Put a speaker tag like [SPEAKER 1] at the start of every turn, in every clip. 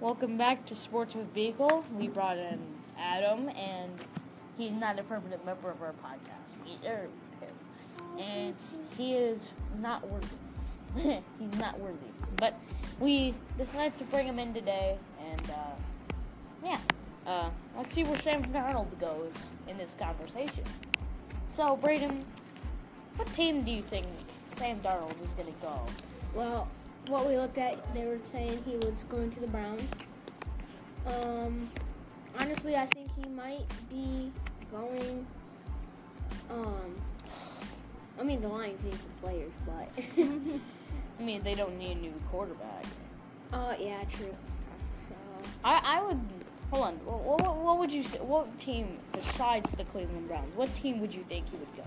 [SPEAKER 1] Welcome back to Sports with Beagle. We brought in Adam, and he's not a permanent member of our podcast. We- er, him. And he is not worthy. he's not worthy. But we decided to bring him in today, and uh, yeah. Uh, let's see where Sam Darnold goes in this conversation. So, Braden, what team do you think Sam Darnold is going to go?
[SPEAKER 2] Well, what we looked at, they were saying he was going to the Browns. Um, honestly, I think he might be going. Um, I mean, the Lions need some players, but
[SPEAKER 1] I mean, they don't need a new quarterback.
[SPEAKER 2] oh yeah, true. So
[SPEAKER 1] I, I would hold on. What, what, what would you say? What team besides the Cleveland Browns? What team would you think he would go?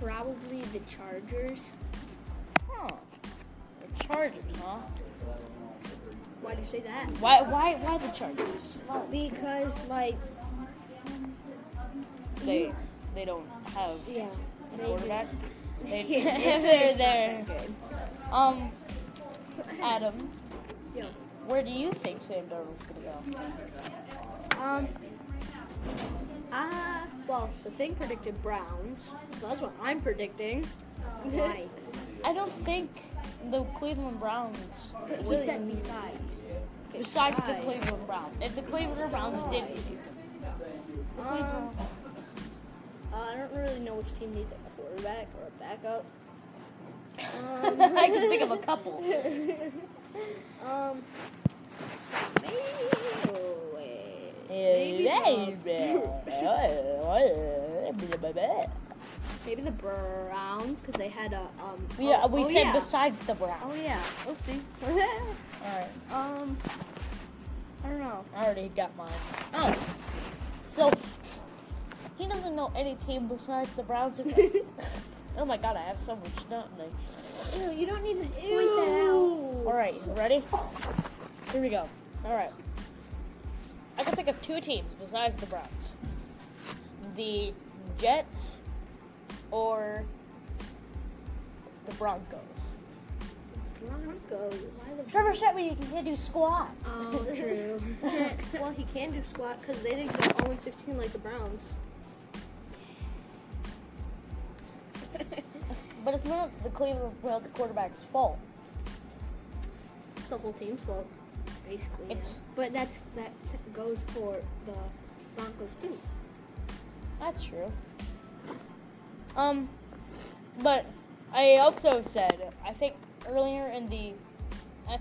[SPEAKER 2] probably the Chargers.
[SPEAKER 1] Huh? The Chargers, huh?
[SPEAKER 2] Why do you say that?
[SPEAKER 1] Why why why the Chargers?
[SPEAKER 2] Oh.
[SPEAKER 1] Why?
[SPEAKER 2] Because like
[SPEAKER 1] They they don't have
[SPEAKER 2] yeah,
[SPEAKER 1] a
[SPEAKER 2] they
[SPEAKER 1] quarterback.
[SPEAKER 2] just-
[SPEAKER 1] They,
[SPEAKER 2] It's
[SPEAKER 1] they're
[SPEAKER 2] just not
[SPEAKER 1] there.
[SPEAKER 2] that good.
[SPEAKER 1] Um,
[SPEAKER 2] So,
[SPEAKER 1] Adam,
[SPEAKER 2] Yo.
[SPEAKER 1] where do you think Sam Darnold's gonna
[SPEAKER 3] Um. Ah, well, the thing predicted Browns, so that's what I'm predicting.
[SPEAKER 2] Why?
[SPEAKER 1] go? I don't think the Cleveland Browns.
[SPEAKER 2] But he
[SPEAKER 1] would-
[SPEAKER 2] said besides.
[SPEAKER 1] Besides the
[SPEAKER 3] Besides.
[SPEAKER 1] Cleveland Browns, if the Cleveland Browns did,
[SPEAKER 3] Um, uh, I don't really know which team needs a quarterback or a backup.
[SPEAKER 1] I can think of a couple.
[SPEAKER 3] Um, maybe. oh, wait. Maybe the,
[SPEAKER 1] Yeah,
[SPEAKER 3] maybe the Browns because they had a um. oh,
[SPEAKER 1] we
[SPEAKER 3] oh,
[SPEAKER 1] said
[SPEAKER 3] yeah.
[SPEAKER 1] besides the
[SPEAKER 3] Oh
[SPEAKER 1] Browns.
[SPEAKER 3] yeah. Oopsie.
[SPEAKER 1] Alright,
[SPEAKER 3] um, I don't know.
[SPEAKER 1] I already got mine. Oh, so he doesn't know any team besides the Browns. and the- oh my god, I have so much snot in me.
[SPEAKER 2] Ew, you don't need to point that out.
[SPEAKER 1] Alright, ready? Here we go. Alright. I can think of two teams besides the Browns the Jets or the Broncos.
[SPEAKER 3] Broncos.
[SPEAKER 1] Trevor Shetman, you can hit do squat.
[SPEAKER 2] Oh, true.
[SPEAKER 3] well, he can do squat because they didn't go 0 16 like the Browns.
[SPEAKER 1] But it's not the Cleveland Browns quarterback's fault.
[SPEAKER 3] It's the whole team's fault, basically. yeah.
[SPEAKER 1] It's
[SPEAKER 2] but that's that goes for the Broncos too.
[SPEAKER 1] that's true. Um, but I also said I think earlier in the, I,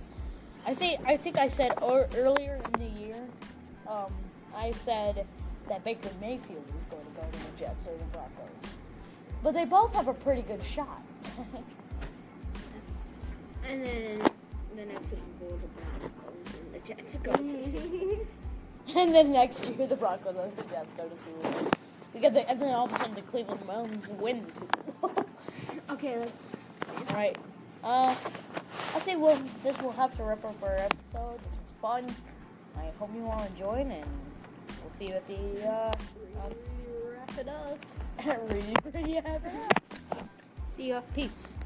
[SPEAKER 1] I think I think I said or, earlier in the year, um, I said that Baker Mayfield was going to go to the Jets or the Broncos, but they both have a pretty good shot.
[SPEAKER 2] And then the next Super Bowl, the Broncos and the Jets go to.
[SPEAKER 1] And then next year, the Broncos and the Jets go to Super Bowl. Because they, and then all of a sudden, the Cleveland Browns win the Super Bowl.
[SPEAKER 2] okay, let's.
[SPEAKER 1] all right. Uh, I think we'll, this will have to wrap up our episode. This was fun. I hope you all enjoyed, and we'll see you at the uh,
[SPEAKER 3] Wrap it up.
[SPEAKER 1] really pretty ever.
[SPEAKER 2] See ya.
[SPEAKER 1] Peace.